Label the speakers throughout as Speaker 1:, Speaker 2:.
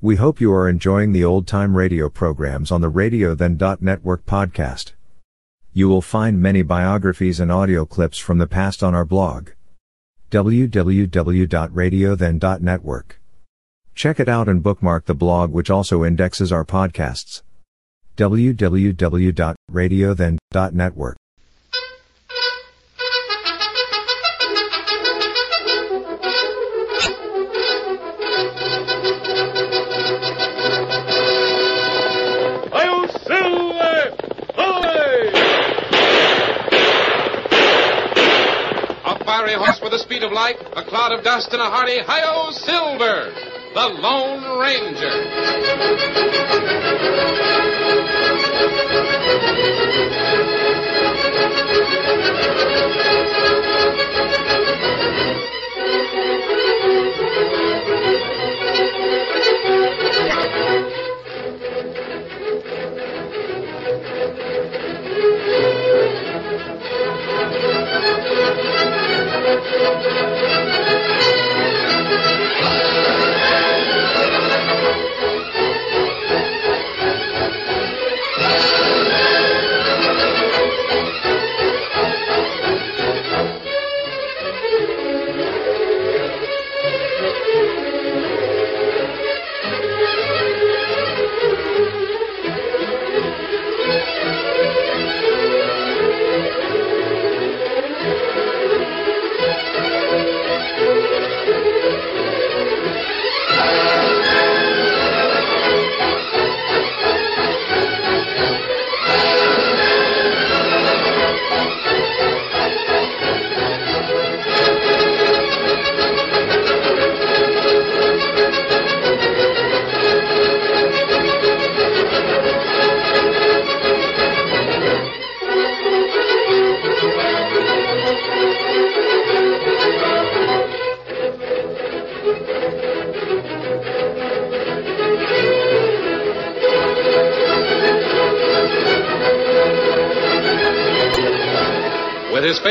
Speaker 1: We hope you are enjoying the old time radio programs on the Radio Then Network podcast. You will find many biographies and audio clips from the past on our blog www.radiothen.network. Check it out and bookmark the blog which also indexes our podcasts. www.radiothen.network.
Speaker 2: I'll silver! Away!
Speaker 3: A fiery horse with the speed of light, a cloud of dust, and a hearty hi-yo silver. The Lone Ranger. With his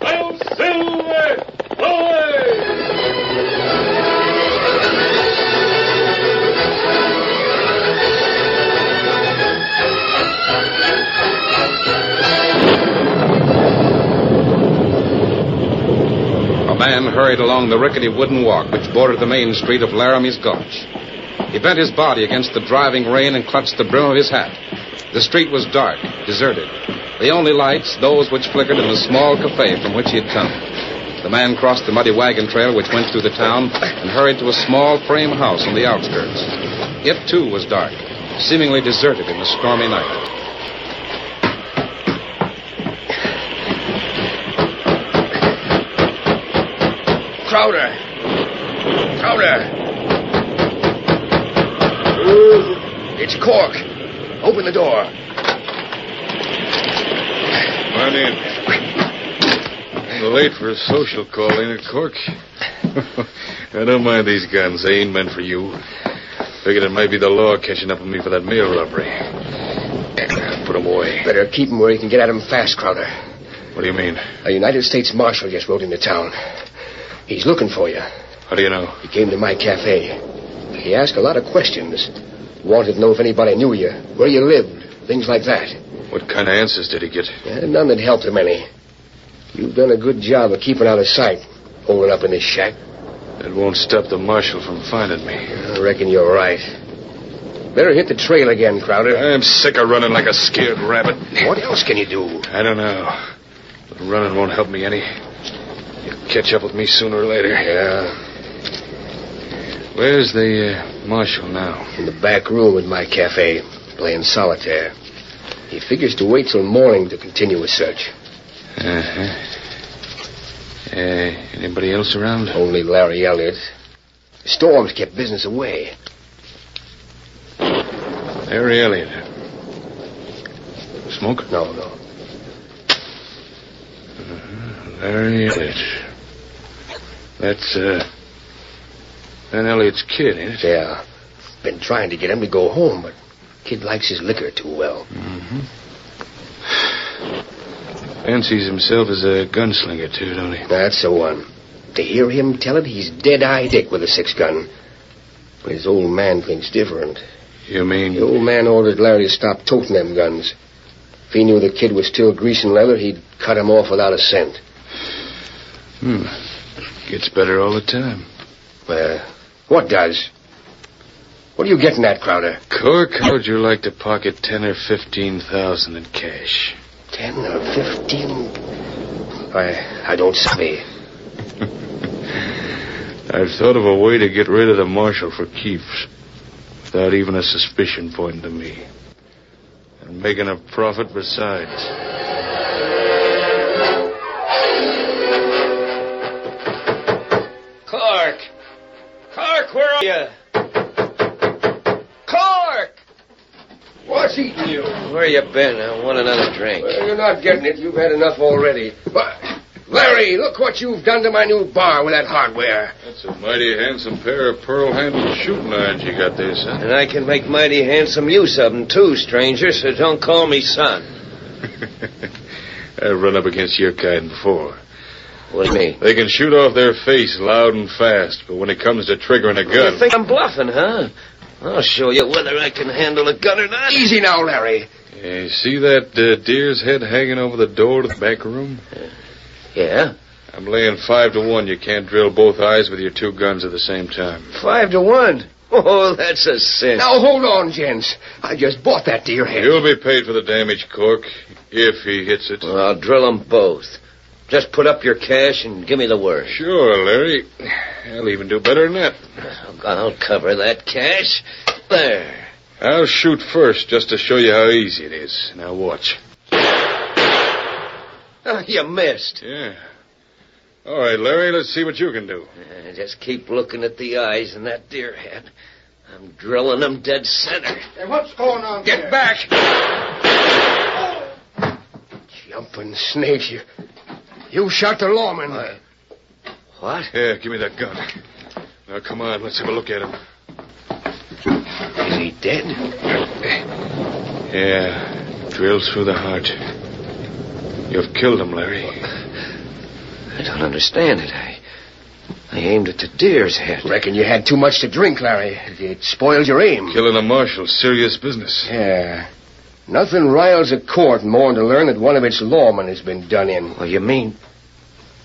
Speaker 2: I'll silver! Away!
Speaker 3: A man hurried along the rickety wooden walk which bordered the main street of Laramie's Gulch. He bent his body against the driving rain and clutched the brim of his hat. The street was dark, deserted. The only lights, those which flickered in the small cafe from which he had come. The man crossed the muddy wagon trail which went through the town and hurried to a small frame house on the outskirts. It, too, was dark, seemingly deserted in the stormy night.
Speaker 4: Crowder. Crowder. It's Cork. Open the door.
Speaker 5: Run in. Late for a social call, ain't it, Cork? I don't mind these guns. They ain't meant for you. Figured it might be the law catching up with me for that mail robbery. Put 'em away.
Speaker 4: Better keep him where you can get at him fast, Crowder.
Speaker 5: What do you mean?
Speaker 4: A United States Marshal just rode into town. He's looking for you.
Speaker 5: How do you know?
Speaker 4: He came to my cafe. He asked a lot of questions. Wanted to know if anybody knew you, where you lived, things like that.
Speaker 5: What kind of answers did he get?
Speaker 4: Yeah, none that helped him any. You've done a good job of keeping out of sight, holding up in this shack.
Speaker 5: That won't stop the marshal from finding me.
Speaker 4: I reckon you're right. Better hit the trail again, Crowder.
Speaker 5: I'm sick of running like a scared rabbit.
Speaker 4: What else can you do?
Speaker 5: I don't know. But running won't help me any. You'll catch up with me sooner or later.
Speaker 4: Yeah,
Speaker 5: Where's the uh, marshal now?
Speaker 4: in the back room in my cafe, playing solitaire. He figures to wait till morning to continue his search.
Speaker 5: Uh-huh. Uh, anybody else
Speaker 6: Oh.
Speaker 5: around?
Speaker 4: Only Larry Elliott. Storms kept business away.
Speaker 3: Harry Elliott. Smoke?
Speaker 6: No, no.
Speaker 5: Uh-huh.
Speaker 3: Larry Elliott. That's, uh. Ben Elliott's kid,
Speaker 5: eh?
Speaker 3: ain't it?
Speaker 6: Yeah. Been trying to get him to go home, but kid likes his liquor too well.
Speaker 3: Fancies himself as a gunslinger, too, don't he?
Speaker 6: That's the one. To hear him tell it, he's dead-eye Dick with a six-gun. But his old man thinks different.
Speaker 3: You mean.
Speaker 6: The old man ordered Larry to stop toting them guns. If he knew the kid was still greasing leather, he'd cut him off without a cent.
Speaker 3: Hmm. Gets better all the time.
Speaker 6: Well, what does? What are you getting at, Crowder?
Speaker 3: Cork, how'd you like to pocket ten or fifteen thousand in cash?
Speaker 6: Ten or fifteen? I I don't say.
Speaker 3: I've thought of a way to get rid of the marshal for keeps without even a suspicion pointing to me. And making a profit besides.
Speaker 4: Clark! Clark, where are you? Clark!
Speaker 6: What's eating you?
Speaker 4: Where you been? I want another drink.
Speaker 6: Well, you're not getting it. You've had enough already. But, Larry, look what you've done to my new bar with that hardware.
Speaker 3: That's a mighty handsome pair of pearl-handled shooting irons you got there, son.
Speaker 4: And I can make mighty handsome use of 'em too, stranger, so don't call me son.
Speaker 3: I've run up against your kind before.
Speaker 4: What do you mean?
Speaker 3: They can shoot off their face loud and fast, but when it comes to triggering a gun,
Speaker 4: You think I'm bluffing, huh? I'll show you whether I can handle a gun or not.
Speaker 6: Easy now, Larry.
Speaker 3: Yeah, you see that uh, deer's head hanging over the door to the back room?
Speaker 4: Yeah?
Speaker 3: I'm laying five to one. You can't drill both eyes with your two guns at the same time.
Speaker 4: Five to one. Oh, that's a sin.
Speaker 6: Now, hold on, gents. I just bought that deer head.
Speaker 3: You'll be paid for the damage, Cork, if he hits it.
Speaker 4: Well, I'll drill 'em both. Just put up your cash and give me the word.
Speaker 3: Sure, Larry. I'll even do better than that.
Speaker 4: I'll- Oh, I'll cover that cash. There.
Speaker 3: I'll shoot first just to show you how easy it is. Now watch.
Speaker 4: Oh, you missed.
Speaker 3: Yeah. All right, Larry, let's see what you can do.
Speaker 4: Uh, just keep looking at the eyes in that deer head. I'm drilling 'em dead center.
Speaker 6: Get back! Jumping snake, you. You shot the lawman.
Speaker 4: What?
Speaker 3: Yeah, give me that gun. Now, come on, let's have a look at him.
Speaker 6: Is he dead?
Speaker 3: Yeah, drills through the heart. You've killed him, Larry.
Speaker 4: I don't understand it. I, I aimed at the deer's head.
Speaker 6: Reckon you had too much to drink, Larry. It spoiled your aim.
Speaker 3: Killing a marshal's serious business.
Speaker 6: Yeah. Nothing riles a court more than to learn that one of its lawmen has been done in.
Speaker 4: Well, you mean.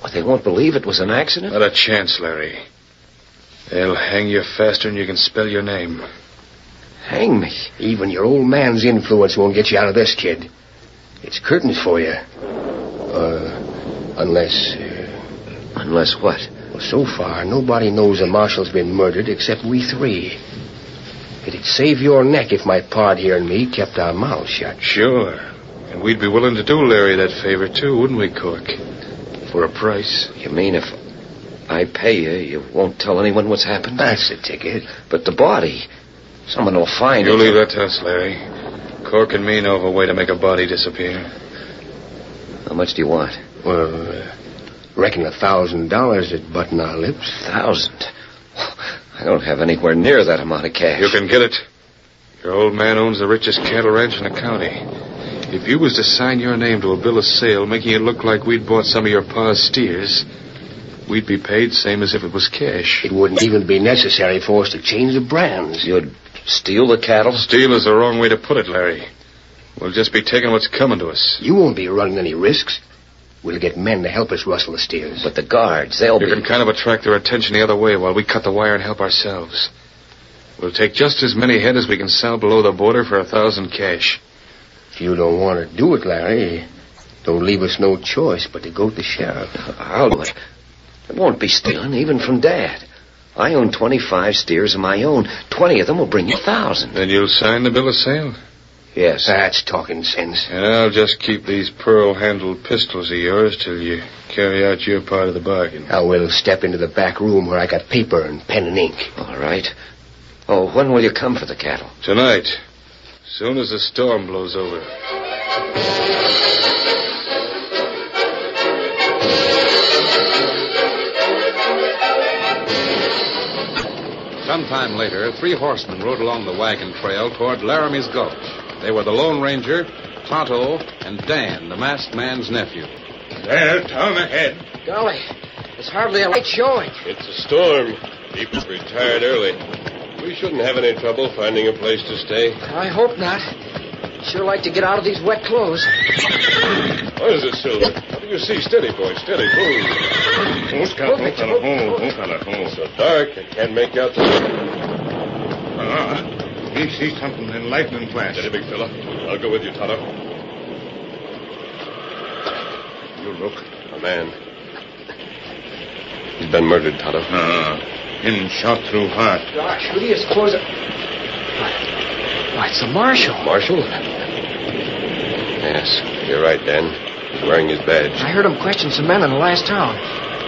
Speaker 4: Well, they won't believe it was an accident?
Speaker 3: Not a chance, Larry. They'll hang you faster than you can spell your name.
Speaker 4: Hang me.
Speaker 6: Even your old man's influence won't get you out of this, kid. It's curtains for you. Uh, unless. Uh,
Speaker 4: Unless what?
Speaker 6: well, so far, nobody knows the marshal's been murdered except we three. It'd save your neck if my pard here and me kept our mouths shut.
Speaker 3: Sure. And we'd be willing to do Larry that favor, too, wouldn't we, Cork? For a price.
Speaker 4: You mean if I pay you, you won't tell anyone what's happened?
Speaker 6: That's the ticket.
Speaker 4: But the body. Someone will find
Speaker 3: You
Speaker 4: it.
Speaker 3: leave that to us, Larry. Cork and me know of a way to make a body disappear.
Speaker 4: How much do you want?
Speaker 6: Well, uh, reckon a thousand dollars would button our lips.
Speaker 4: thousand. I don't have anywhere near that amount of cash.
Speaker 3: You can get it. Your old man owns the richest cattle ranch in the county. If you was to sign your name to a bill of sale making it look like we'd bought some of your pa's steers, we'd be paid same as if it was cash.
Speaker 6: It wouldn't even be necessary for us to change the brands.
Speaker 4: You'd steal the cattle?
Speaker 3: Steal is the wrong way to put it, Larry. We'll just be taking what's coming to us.
Speaker 6: You won't be running any risks. We'll get men to help us rustle the steers.
Speaker 4: But the guards, they'll
Speaker 3: You
Speaker 4: be.
Speaker 3: can kind of attract their attention the other way while we cut the wire and help ourselves. We'll take just as many head as we can sell below the border for a thousand cash.
Speaker 6: if you don't want to do it, Larry, don't leave us no choice but to go to the sheriff.
Speaker 4: I'll do it. It won't be stealing, even from Dad. I own 25 steers of my own. 20 of them will bring you 1,000.
Speaker 3: Then you'll sign the bill of sale.
Speaker 4: Yes.
Speaker 6: That's talking sense.
Speaker 3: And I'll just keep these pearl-handled pistols of yours till you carry out your part of the bargain.
Speaker 6: Now we'll step into the back room where I got paper and pen and ink.
Speaker 4: All right. Oh, when will you come for the cattle?
Speaker 3: Tonight, Soon as the storm blows over.
Speaker 2: Sometime later, three horsemen rode along the wagon trail toward Laramie's Gulch. They were the Lone Ranger, Tonto, and Dan, the masked man's nephew.
Speaker 7: There, town ahead.
Speaker 6: Golly, it's hardly a light showing.
Speaker 7: It's a storm. People retired early. We shouldn't have any trouble finding a place to stay.
Speaker 6: I hope not. Sure like to get out of these wet clothes.
Speaker 7: What is it, Silver? What do you see? Steady, boy, steady. Move. Move, Scout. Move, fella. Move, move, fella. Move. So dark, I can't make out the...
Speaker 3: Ah, he sees something in lightning flash.
Speaker 7: Steady, big fella. I'll go with you, Tonto.
Speaker 3: You look.
Speaker 7: A man. He's been murdered, Tonto.
Speaker 3: Ah, him shot through heart.
Speaker 6: Gosh, really is close. Why, why, it's the marshal.
Speaker 7: Marshal? Yes, you're right, Dan. He's wearing his badge.
Speaker 6: I heard him question some men in the last town.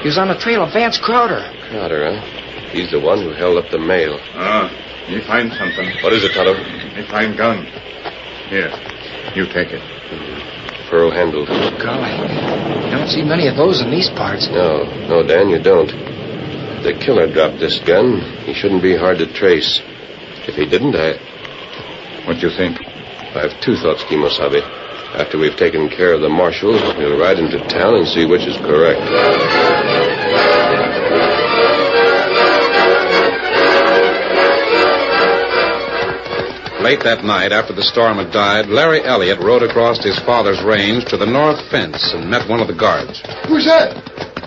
Speaker 6: He was on the trail of Vance Crowder.
Speaker 7: Crowder, huh? He's the one who held up the mail.
Speaker 3: Ah, he find something.
Speaker 7: What is it, Tonto?
Speaker 3: He find gun. Here, you take it.
Speaker 7: Furl handled.
Speaker 6: Golly, you don't see many of those in these parts.
Speaker 7: No, no, Dan, you don't. If The killer dropped this gun. He shouldn't be hard to trace. If he didn't, I,
Speaker 3: What do you think?
Speaker 7: I have two thoughts, Kimosabe. After we've taken care of the marshal, we'll ride into town and see which is correct.
Speaker 2: Late that night, after the storm had died, Larry Elliott rode across his father's range to the north fence and met one of the guards.
Speaker 8: Who's that?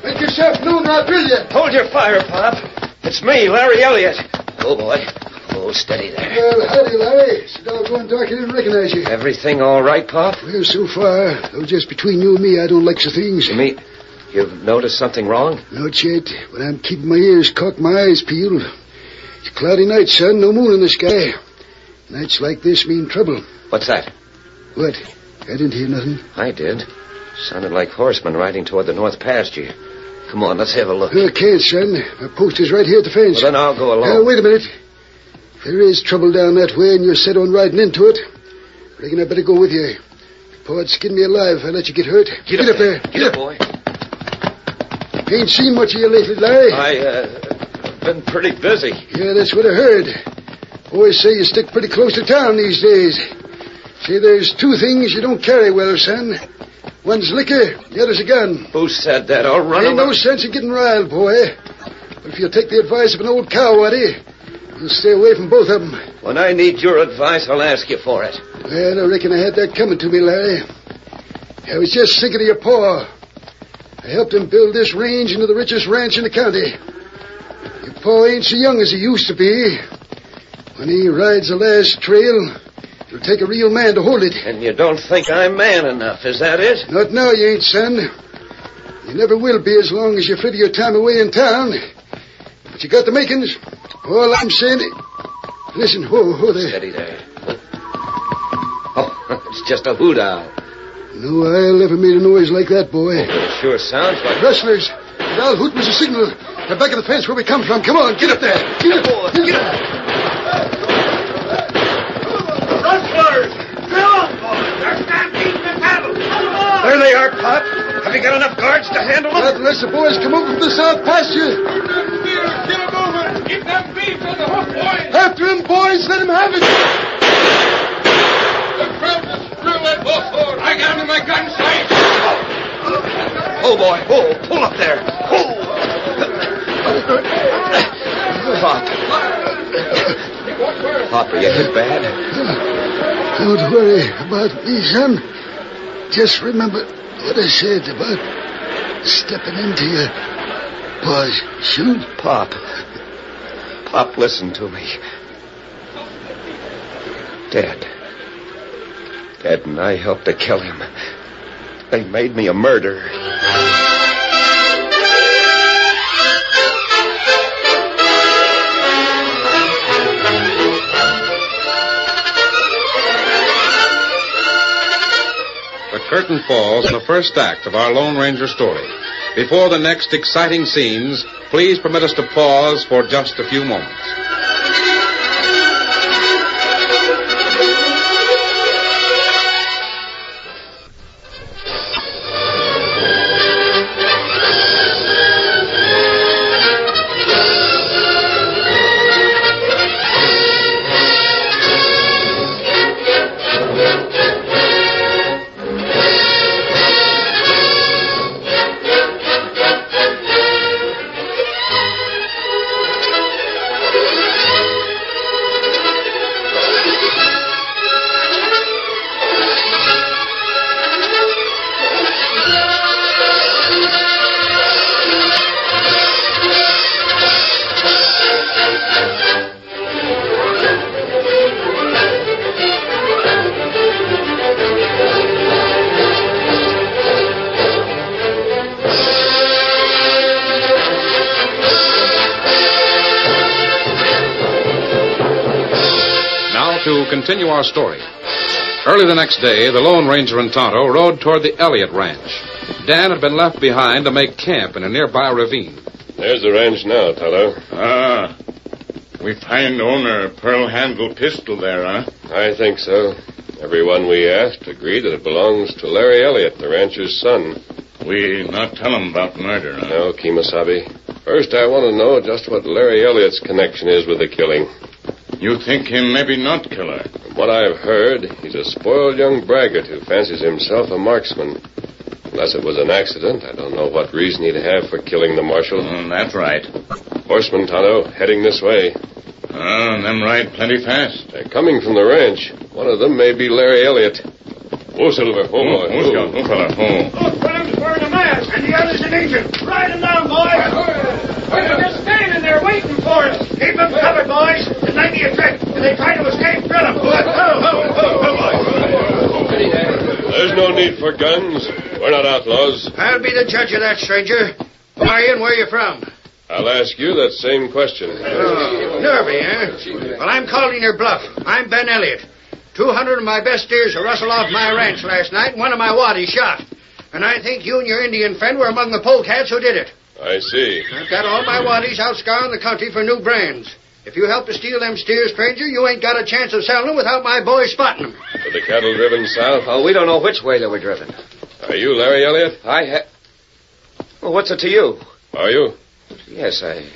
Speaker 8: Make yourself known, Rodriguez.
Speaker 4: Hold your fire, Pop. It's me, Larry Elliott. Oh, boy. Oh, steady there.
Speaker 8: Well, howdy, Uh, Larry. It's doggone dark I didn't recognize you.
Speaker 4: Everything all right, Pop?
Speaker 8: Well, so far, though just between you and me, I don't like such things.
Speaker 4: Jimmy, you've noticed something wrong?
Speaker 8: No, Chet, but I'm keeping my ears cocked, my eyes peeled. It's a cloudy night, son. No moon in the sky. Nights like this mean trouble.
Speaker 4: What's that?
Speaker 8: What? I didn't hear nothing.
Speaker 4: I did. Sounded like horsemen riding toward the north pasture. Come on, let's have a look.
Speaker 8: I can't, son. My post is right here at the fence.
Speaker 4: Well, then I'll go
Speaker 8: Now,
Speaker 4: along.
Speaker 8: wait a minute. If there is trouble down that way and you're set on riding into it, reckon I better go with you. Pa'd skin me alive if I let you get hurt. up, there.
Speaker 4: Get up, boy.
Speaker 8: Ain't seen much of you lately, Larry.
Speaker 4: I, uh, been pretty busy.
Speaker 8: Yeah, that's what I heard. Always say you stick pretty close to town these days. See, there's two things you don't carry well, son. One's liquor, the other's a gun.
Speaker 4: Who said that? I'll run
Speaker 8: Ain't no
Speaker 4: along.
Speaker 8: sense in getting riled, boy. But if you'll take the advice of an old cow, Waddy, you'll stay away from both of 'em.
Speaker 4: When I need your advice, I'll ask you for it.
Speaker 8: Well, I reckon I had that coming to me, Larry. I was just thinking of your paw. I helped him build this range into the richest ranch in the county. Your paw ain't so young as he used to be. When he rides the last trail, it'll take a real man to hold it.
Speaker 4: And you don't think I'm man enough, is that it?
Speaker 8: Not now, you ain't, son. You never will be as long as you fritter your time away in town. But you got the makings. All I'm saying... Listen, whoa, whoa there.
Speaker 4: Steady there. Oh, it's just a hoot owl.
Speaker 8: No, I'll ever made a noise like that, boy.
Speaker 4: It sure sounds like.
Speaker 8: Rustlers, the owl hoot was a signal. They're back of the fence where we come from. Come on, get up there. Get up, boy. Get up.
Speaker 9: Rustlers! Bill! They're stampeding the cattle! Come on!
Speaker 4: There they are, Pop. Have you got enough guards to handle them?
Speaker 8: Let the rest of the boys come over from the south pasture.
Speaker 9: Get them deer! Get them over! Get them beef on the hook, boys!
Speaker 8: After him, boys. Let him have it.
Speaker 9: The crowd is really buffaloed! I got him in my gun sight!
Speaker 4: Oh, boy. Oh, pull up there. Oh. Pop. Pop, are you hit bad?
Speaker 8: Don't worry about me, son. Just remember what I said about stepping into your boys' shoot.
Speaker 4: Pop. Pop, listen to me. Dead. Dead, and I helped to kill him. They made me a murderer.
Speaker 2: The curtain falls on the first act of our Lone Ranger story. Before the next exciting scenes, please permit us to pause for just a few moments.
Speaker 3: to continue our story. Early the next day, the Lone Ranger and Tonto rode toward the Elliott Ranch. Dan had been left behind to make camp in a nearby ravine.
Speaker 7: There's the ranch now, Tonto.
Speaker 9: Ah. We find owner pearl handle pistol there, huh?
Speaker 7: I think so. Everyone we asked agreed that it belongs to Larry Elliott, the rancher's son.
Speaker 9: We not tell him about murder,
Speaker 7: No, Kemosabe. First, I want to know just what Larry Elliott's connection is with the killing.
Speaker 9: You think him maybe not killer?
Speaker 7: From what I've heard, he's a spoiled young braggart who fancies himself a marksman. Unless it was an accident, I don't know what reason he'd have for killing the marshal.
Speaker 9: that's right.
Speaker 7: Horseman, Tonto, heading this way.
Speaker 9: Ah, them ride plenty fast.
Speaker 7: They're coming from the ranch. One of them may be Larry Elliott. Whoa, Silver. Whoa, boy. Whoa.
Speaker 8: Both times wearing a mask, and the other's an Indian. Ride him down, boys. They're just standing there waiting for us. Keep them covered, boys. It may be a trick. If they try to escape, drill them.
Speaker 7: There's no need for guns. We're not outlaws.
Speaker 8: I'll be the judge of that, stranger. Who are you and where are you from? Oh,
Speaker 7: I'll ask you that same question.
Speaker 8: Nervy, eh? Well, I'm calling your bluff. I'm Ben Elliott. Two hundred of my best steers were rustled off my ranch last night, and one of my waddies shot. And I think you and your Indian friend were among the polecats who did it.
Speaker 7: I see.
Speaker 8: I've got all my waddies out scouring the country for new brands. If you help to steal them steers, stranger, you ain't got a chance of selling them without my boys spotting them.
Speaker 7: Were the cattle driven south?
Speaker 4: Oh, we don't know which way they were driven.
Speaker 7: Are you Larry Elliott?
Speaker 4: I ha. Well, what's it to you?
Speaker 7: Are you?
Speaker 4: Yes, I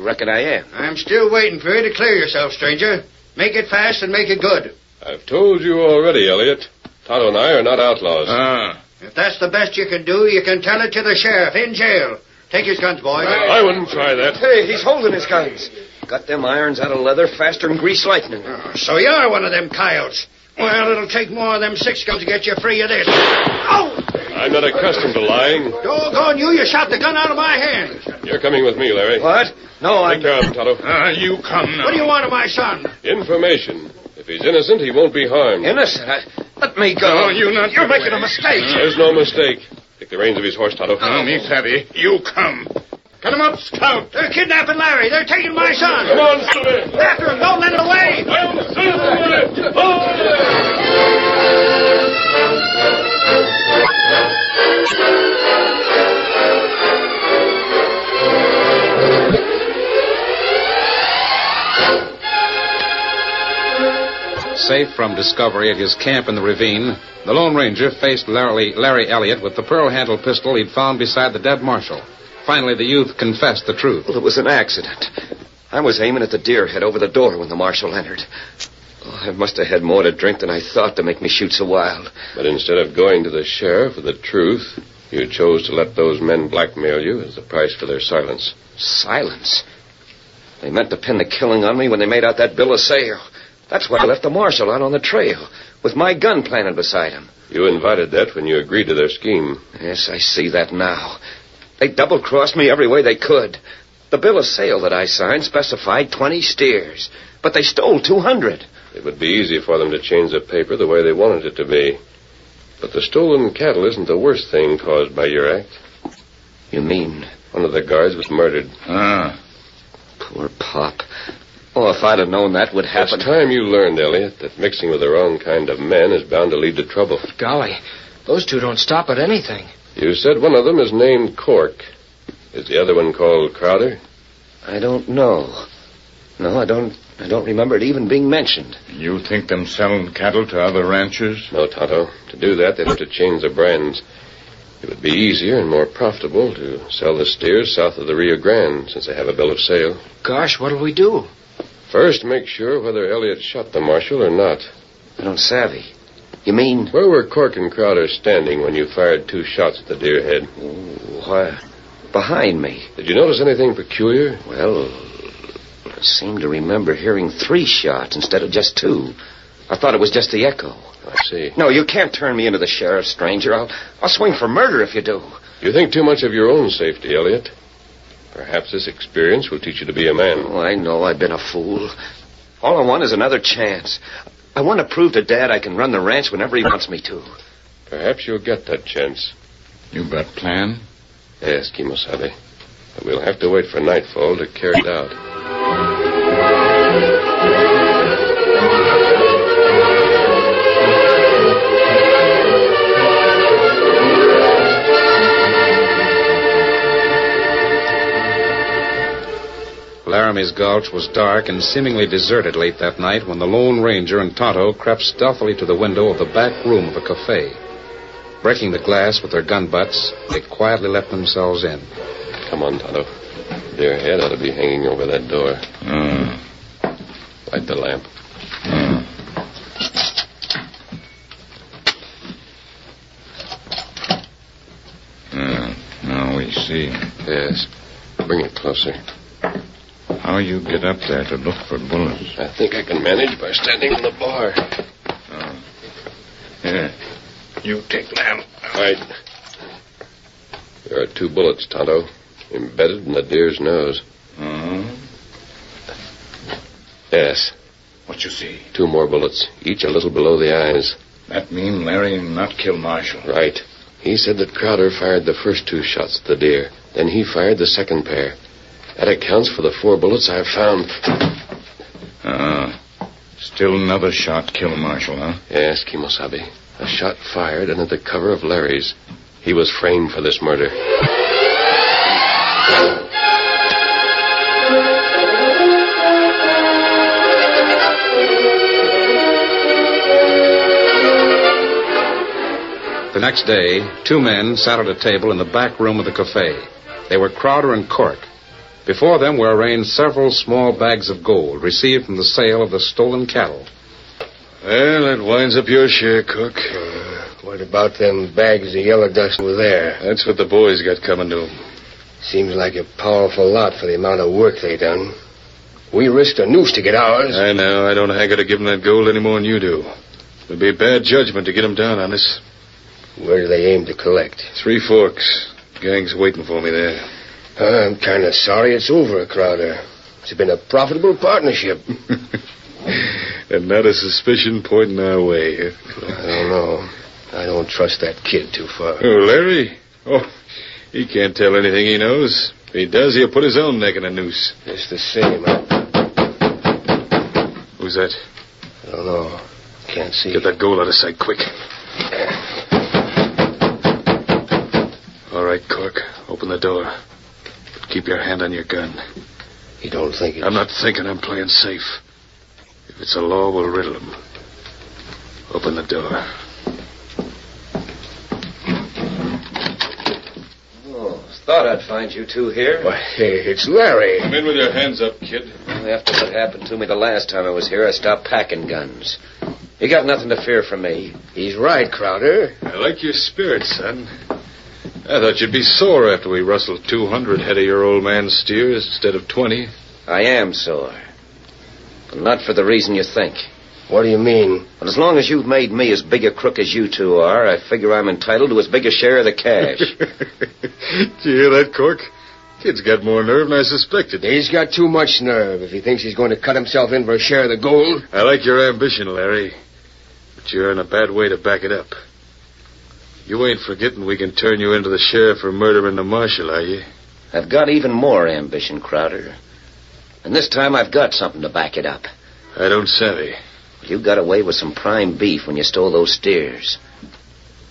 Speaker 4: reckon I am.
Speaker 8: I'm still waiting for you to clear yourself, stranger. Make it fast and make it good.
Speaker 7: I've told you already, Elliott. Tonto and I are not outlaws.
Speaker 9: Ah.
Speaker 8: If that's the best you can do, you can tell it to the sheriff in jail. Take his guns, boy.
Speaker 7: I wouldn't try that.
Speaker 4: Hey, he's holding his guns. Got them irons out of leather faster than grease lightning.
Speaker 8: So you are one of them coyotes. Well, it'll take more of them six guns to get you free of this. Oh!
Speaker 7: I'm not accustomed to lying.
Speaker 8: Doggone you, you shot the gun out of my hand.
Speaker 7: You're coming with me, Larry.
Speaker 4: What? No,
Speaker 7: Take
Speaker 4: I'm.
Speaker 7: care of him, Tonto.
Speaker 9: Ah, you come now.
Speaker 8: What do you want of my son?
Speaker 7: Information. If he's innocent, he won't be harmed.
Speaker 4: Innocent. I... Let me go.
Speaker 9: No, you not
Speaker 4: You're
Speaker 9: that
Speaker 4: making
Speaker 9: way.
Speaker 4: a mistake.
Speaker 7: There's no mistake. Take the reins of his horse, Tonto.
Speaker 9: Oh, me savvy. You come. Cut him up, scout.
Speaker 8: They're kidnapping Larry. They're taking my son.
Speaker 7: Come on, Silver.
Speaker 8: After him. Don't let him away.
Speaker 7: Come, Silver. Oh!
Speaker 3: Safe from discovery at his camp in the ravine, the Lone Ranger faced Larry, Larry Elliott with the pearl handled pistol he'd found beside the dead marshal. Finally, the youth confessed the truth.
Speaker 4: Well, it was an accident. I was aiming at the deer head over the door when the marshal entered. Oh, I must have had more to drink than I thought to make me shoot so wild.
Speaker 7: But instead of going to the sheriff for the truth, you chose to let those men blackmail you as the price for their silence.
Speaker 4: Silence. They meant to pin the killing on me when they made out that bill of sale. That's why I left the marshal out on the trail, with my gun planted beside him.
Speaker 7: You invited that when you agreed to their scheme.
Speaker 4: Yes, I see that now. They double crossed me every way they could. The bill of sale that I signed specified 20 steers, but they stole 200.
Speaker 7: It would be easy for them to change the paper the way they wanted it to be. But the stolen cattle isn't the worst thing caused by your act.
Speaker 4: You mean,
Speaker 7: One of the guards was murdered.
Speaker 9: Ah.
Speaker 4: poor Pop. Oh, if I'd have known that would happen.
Speaker 7: It's time you learned, Elliot, that mixing with the wrong kind of men is bound to lead to trouble.
Speaker 4: Golly, those two don't stop at anything.
Speaker 7: You said one of them is named Cork. Is the other one called Crowder?
Speaker 4: I don't know. No, I don't. I don't remember it even being mentioned.
Speaker 9: You think them selling cattle to other ranchers?
Speaker 7: No, Tonto. To do that, they'd have to change the brands. It would be easier and more profitable to sell the steers south of the Rio Grande since they have a bill of sale.
Speaker 4: Gosh, what'll we do?
Speaker 7: First, make sure whether Elliot shot the marshal or not.
Speaker 4: I don't savvy. You mean?
Speaker 7: Where were Cork and Crowder standing when you fired two shots at the deer head?
Speaker 4: Why, behind me.
Speaker 7: Did you notice anything peculiar?
Speaker 4: Well, I seem to remember hearing three shots instead of just two. I thought it was just the echo.
Speaker 7: I see.
Speaker 4: No, you can't turn me into the sheriff, stranger. I'll, I'll swing for murder if you do.
Speaker 7: You think too much of your own safety, Elliot. Perhaps this experience will teach you to be a man.
Speaker 4: Oh, I know I've been a fool. All I want is another chance. I want to prove to Dad I can run the ranch whenever he wants me to.
Speaker 7: Perhaps you'll get that chance.
Speaker 9: You got plan?
Speaker 7: Yes, Kimosabe. But we'll have to wait for nightfall to carry it out.
Speaker 3: Laramie's Gulch was dark and seemingly deserted late that night when the Lone Ranger and Tonto crept stealthily to the window of the back room of a cafe. Breaking the glass with their gun butts, they quietly let themselves in.
Speaker 7: Come on, Tonto. Your head ought to be hanging over that door. Hmm. Light the lamp. Hmm.
Speaker 9: Ah, now we see.
Speaker 7: Yes. Bring it closer.
Speaker 9: How you get up there to look for bullets?
Speaker 7: I think I can manage by standing on the bar.
Speaker 9: Ah. Yeah. You take lamp.
Speaker 7: All right. There are two bullets, Tonto, embedded in the deer's nose.
Speaker 9: Uh-huh.
Speaker 7: Yes,
Speaker 9: What you see?
Speaker 7: two more bullets, each a little below the eyes.
Speaker 9: That mean Larry not kill Marshall.
Speaker 7: Right. He said that Crowder fired the first two shots at the deer. Then he fired the second pair. That accounts for the four bullets I've found.
Speaker 9: Uh, still another shot kill Marshall, huh?
Speaker 7: Yes, Kimosabe. A shot fired under the cover of Larry's. He was framed for this murder.
Speaker 3: The next day, two men sat at a table in the back room of the cafe. They were Crowder and Cork. Before them were arranged several small bags of gold received from the sale of the stolen cattle.
Speaker 9: Well, that winds up your share, Cook.
Speaker 10: Uh, What about them bags of yellow dust over there?
Speaker 9: That's what the boys got coming to 'em.
Speaker 10: Seems like a powerful lot for the amount of work they done. We risked a noose to get ours.
Speaker 9: I know. I don't hanker to give 'em that gold any more than you do. It'd be bad judgment to get 'em down on us.
Speaker 10: Where do they aim to collect?
Speaker 9: Three Forks. Gang's waiting for me there.
Speaker 10: Uh, I'm kind of sorry it's over, Crowder. It's been a profitable partnership.
Speaker 9: and not a suspicion pointing our way.
Speaker 10: I don't know. I don't trust that kid too far.
Speaker 9: Oh, Larry? Oh, he can't tell anything he knows. If he does, he'll put his own neck in a noose.
Speaker 10: It's the same. I
Speaker 9: Who's that?
Speaker 10: don't know. Can't see.
Speaker 9: Get that goal out of sight quick. All right, Cork. Open the door. But keep your hand on your gun.
Speaker 10: You don't think it's...
Speaker 9: I'm not thinking I'm playing safe. If it's a law, we'll riddle 'em. Open the door.
Speaker 4: Oh, thought I'd find you two here.
Speaker 10: Why, hey, it's Larry.
Speaker 9: Come in with your hands up, kid.
Speaker 4: After what happened to me the last time I was here, I stopped packing guns. You got nothing to fear from me.
Speaker 10: He's right, Crowder.
Speaker 9: I like your spirit, son. I thought you'd be sore after we rustled 200 head of your old man's steers instead of 20.
Speaker 4: I am sore. But not for the reason you think.
Speaker 10: What do you mean?
Speaker 4: But as long as you've made me as big a crook as you two are, I figure I'm entitled to as big a share of the cash.
Speaker 9: Did you hear that, Cork? Kid's got more nerve than I suspected.
Speaker 10: He's got too much nerve if he thinks he's going to cut himself in for a share of the gold.
Speaker 9: I like your ambition, Larry, but you're in a bad way to back it up. You ain't forgetting we can turn you into the sheriff for murdering the marshal, are you?
Speaker 4: I've got even more ambition, Crowder. And this time I've got something to back it up.
Speaker 9: I don't savvy.
Speaker 4: You got away with some prime beef when you stole those steers.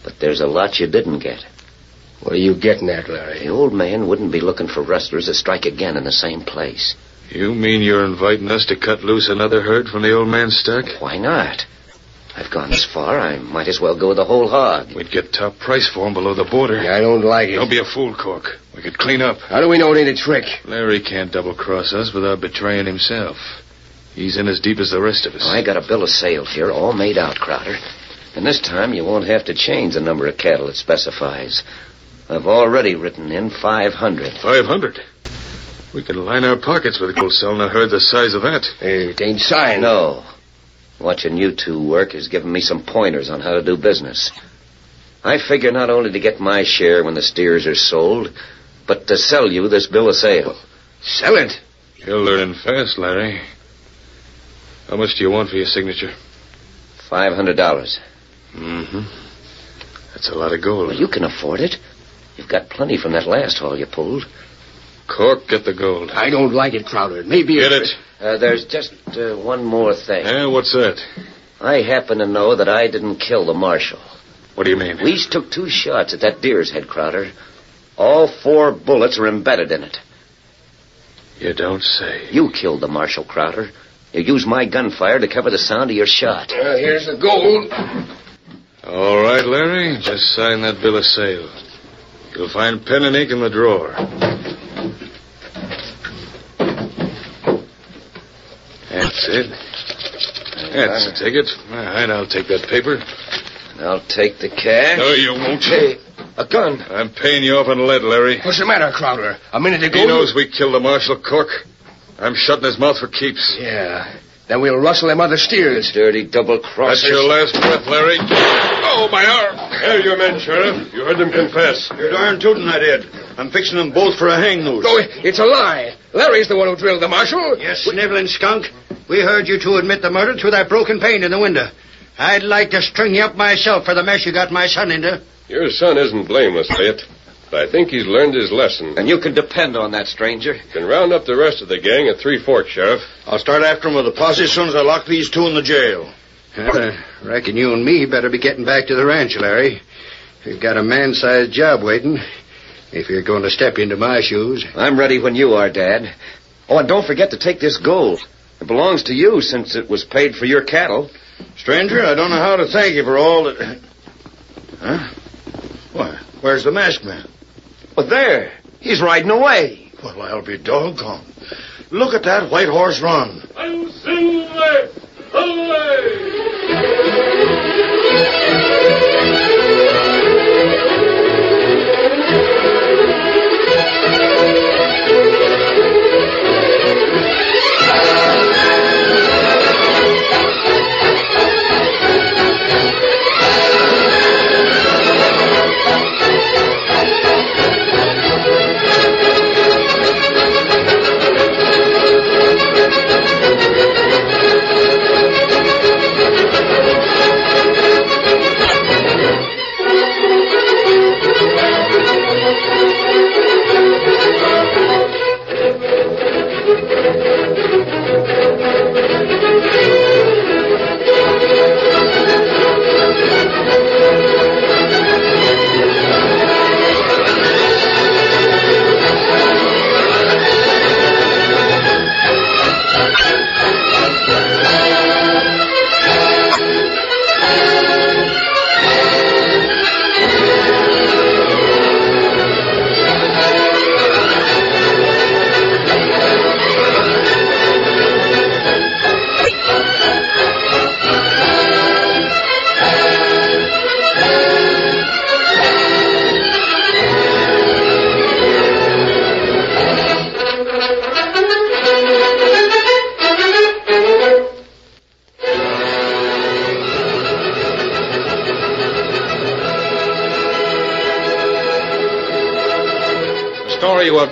Speaker 4: But there's a lot you didn't get.
Speaker 10: What are you getting at, Larry?
Speaker 4: The old man wouldn't be looking for rustlers to strike again in the same place.
Speaker 9: You mean you're inviting us to cut loose another herd from the old man's stock?
Speaker 4: Why not? I've gone this far, I might as well go the whole hog.
Speaker 9: We'd get top price for 'em below the border.
Speaker 10: I don't like it.
Speaker 9: Don't be a fool, Cork. We could clean up.
Speaker 10: How do we know it ain't a trick?
Speaker 9: Larry can't double cross us without betraying himself. He's in as deep as the rest of us.
Speaker 4: I got a bill of sale here, all made out, Crowder. And this time you won't have to change the number of cattle it specifies. I've already written in 500.
Speaker 9: Five hundred. We can line our pockets with gold selling a herd the size of that.
Speaker 10: Hey, it ain't signed.
Speaker 4: No. Watching you two work has given me some pointers on how to do business. I figure not only to get my share when the steers are sold, but to sell you this bill of sale.
Speaker 10: Sell it.
Speaker 9: You're learning fast, Larry. How much do you want for your signature?
Speaker 4: $500.
Speaker 9: Mm-hmm. That's a lot of gold.
Speaker 4: Well, you can afford it. You've got plenty from that last haul you pulled.
Speaker 9: Cork, get the gold.
Speaker 10: I don't like it, Crowder. It may be
Speaker 9: Get
Speaker 10: a...
Speaker 9: it.
Speaker 4: Uh, there's just uh, one more thing.
Speaker 9: Eh, what's that?
Speaker 4: I happen to know that I didn't kill the marshal.
Speaker 9: What do you mean?
Speaker 4: We each took two shots at that deer's head, Crowder. All four bullets are embedded in it.
Speaker 3: You don't say.
Speaker 4: You killed the Marshal Crowder. You used my gunfire to cover the sound of your shot.
Speaker 9: Well, here's the gold.
Speaker 3: All right, Larry. Just sign that bill of sale. You'll find pen and ink in the drawer. That's it. That's the ticket. All right, I'll take that paper.
Speaker 4: I'll take the cash.
Speaker 3: No, you won't.
Speaker 6: Hey, a gun.
Speaker 3: I'm paying you off on lead, Larry.
Speaker 6: What's the matter, Crowder? A minute ago.
Speaker 3: He knows we killed the Marshal Cork. I'm shutting his mouth for keeps.
Speaker 6: Yeah. Then we'll rustle them other steers.
Speaker 4: Dirty double
Speaker 3: That's
Speaker 4: crossers.
Speaker 3: your last breath, Larry. Oh, my arm.
Speaker 7: Hell, your men, Sheriff. You heard them confess.
Speaker 9: You're darn tootin' I did. I'm fixing them both for a hang noose.
Speaker 6: Oh, it's a lie. Larry's the one who drilled the marshal.
Speaker 9: You sniveling skunk. We heard you two admit the murder through that broken pane in the window. I'd like to string you up myself for the mess you got my son into.
Speaker 7: Your son isn't blameless, Fayette. But I think he's learned his lesson.
Speaker 4: And you can depend on that, stranger.
Speaker 7: Can round up the rest of the gang at Three Forks, Sheriff.
Speaker 9: I'll start after him with a posse as soon as I lock these two in the jail. reckon you and me better be getting back to the ranch, Larry. We've got a man-sized job waiting. If you're going to step into my shoes.
Speaker 4: I'm ready when you are, Dad. Oh, and don't forget to take this gold. It belongs to you since it was paid for your cattle.
Speaker 9: Stranger, I don't know how to thank you for all that. Huh? Why, where's the masked man?
Speaker 4: Well, Oh, there. He's riding away.
Speaker 9: Well, I'll be doggone. Look at that white horse run.
Speaker 2: The story you have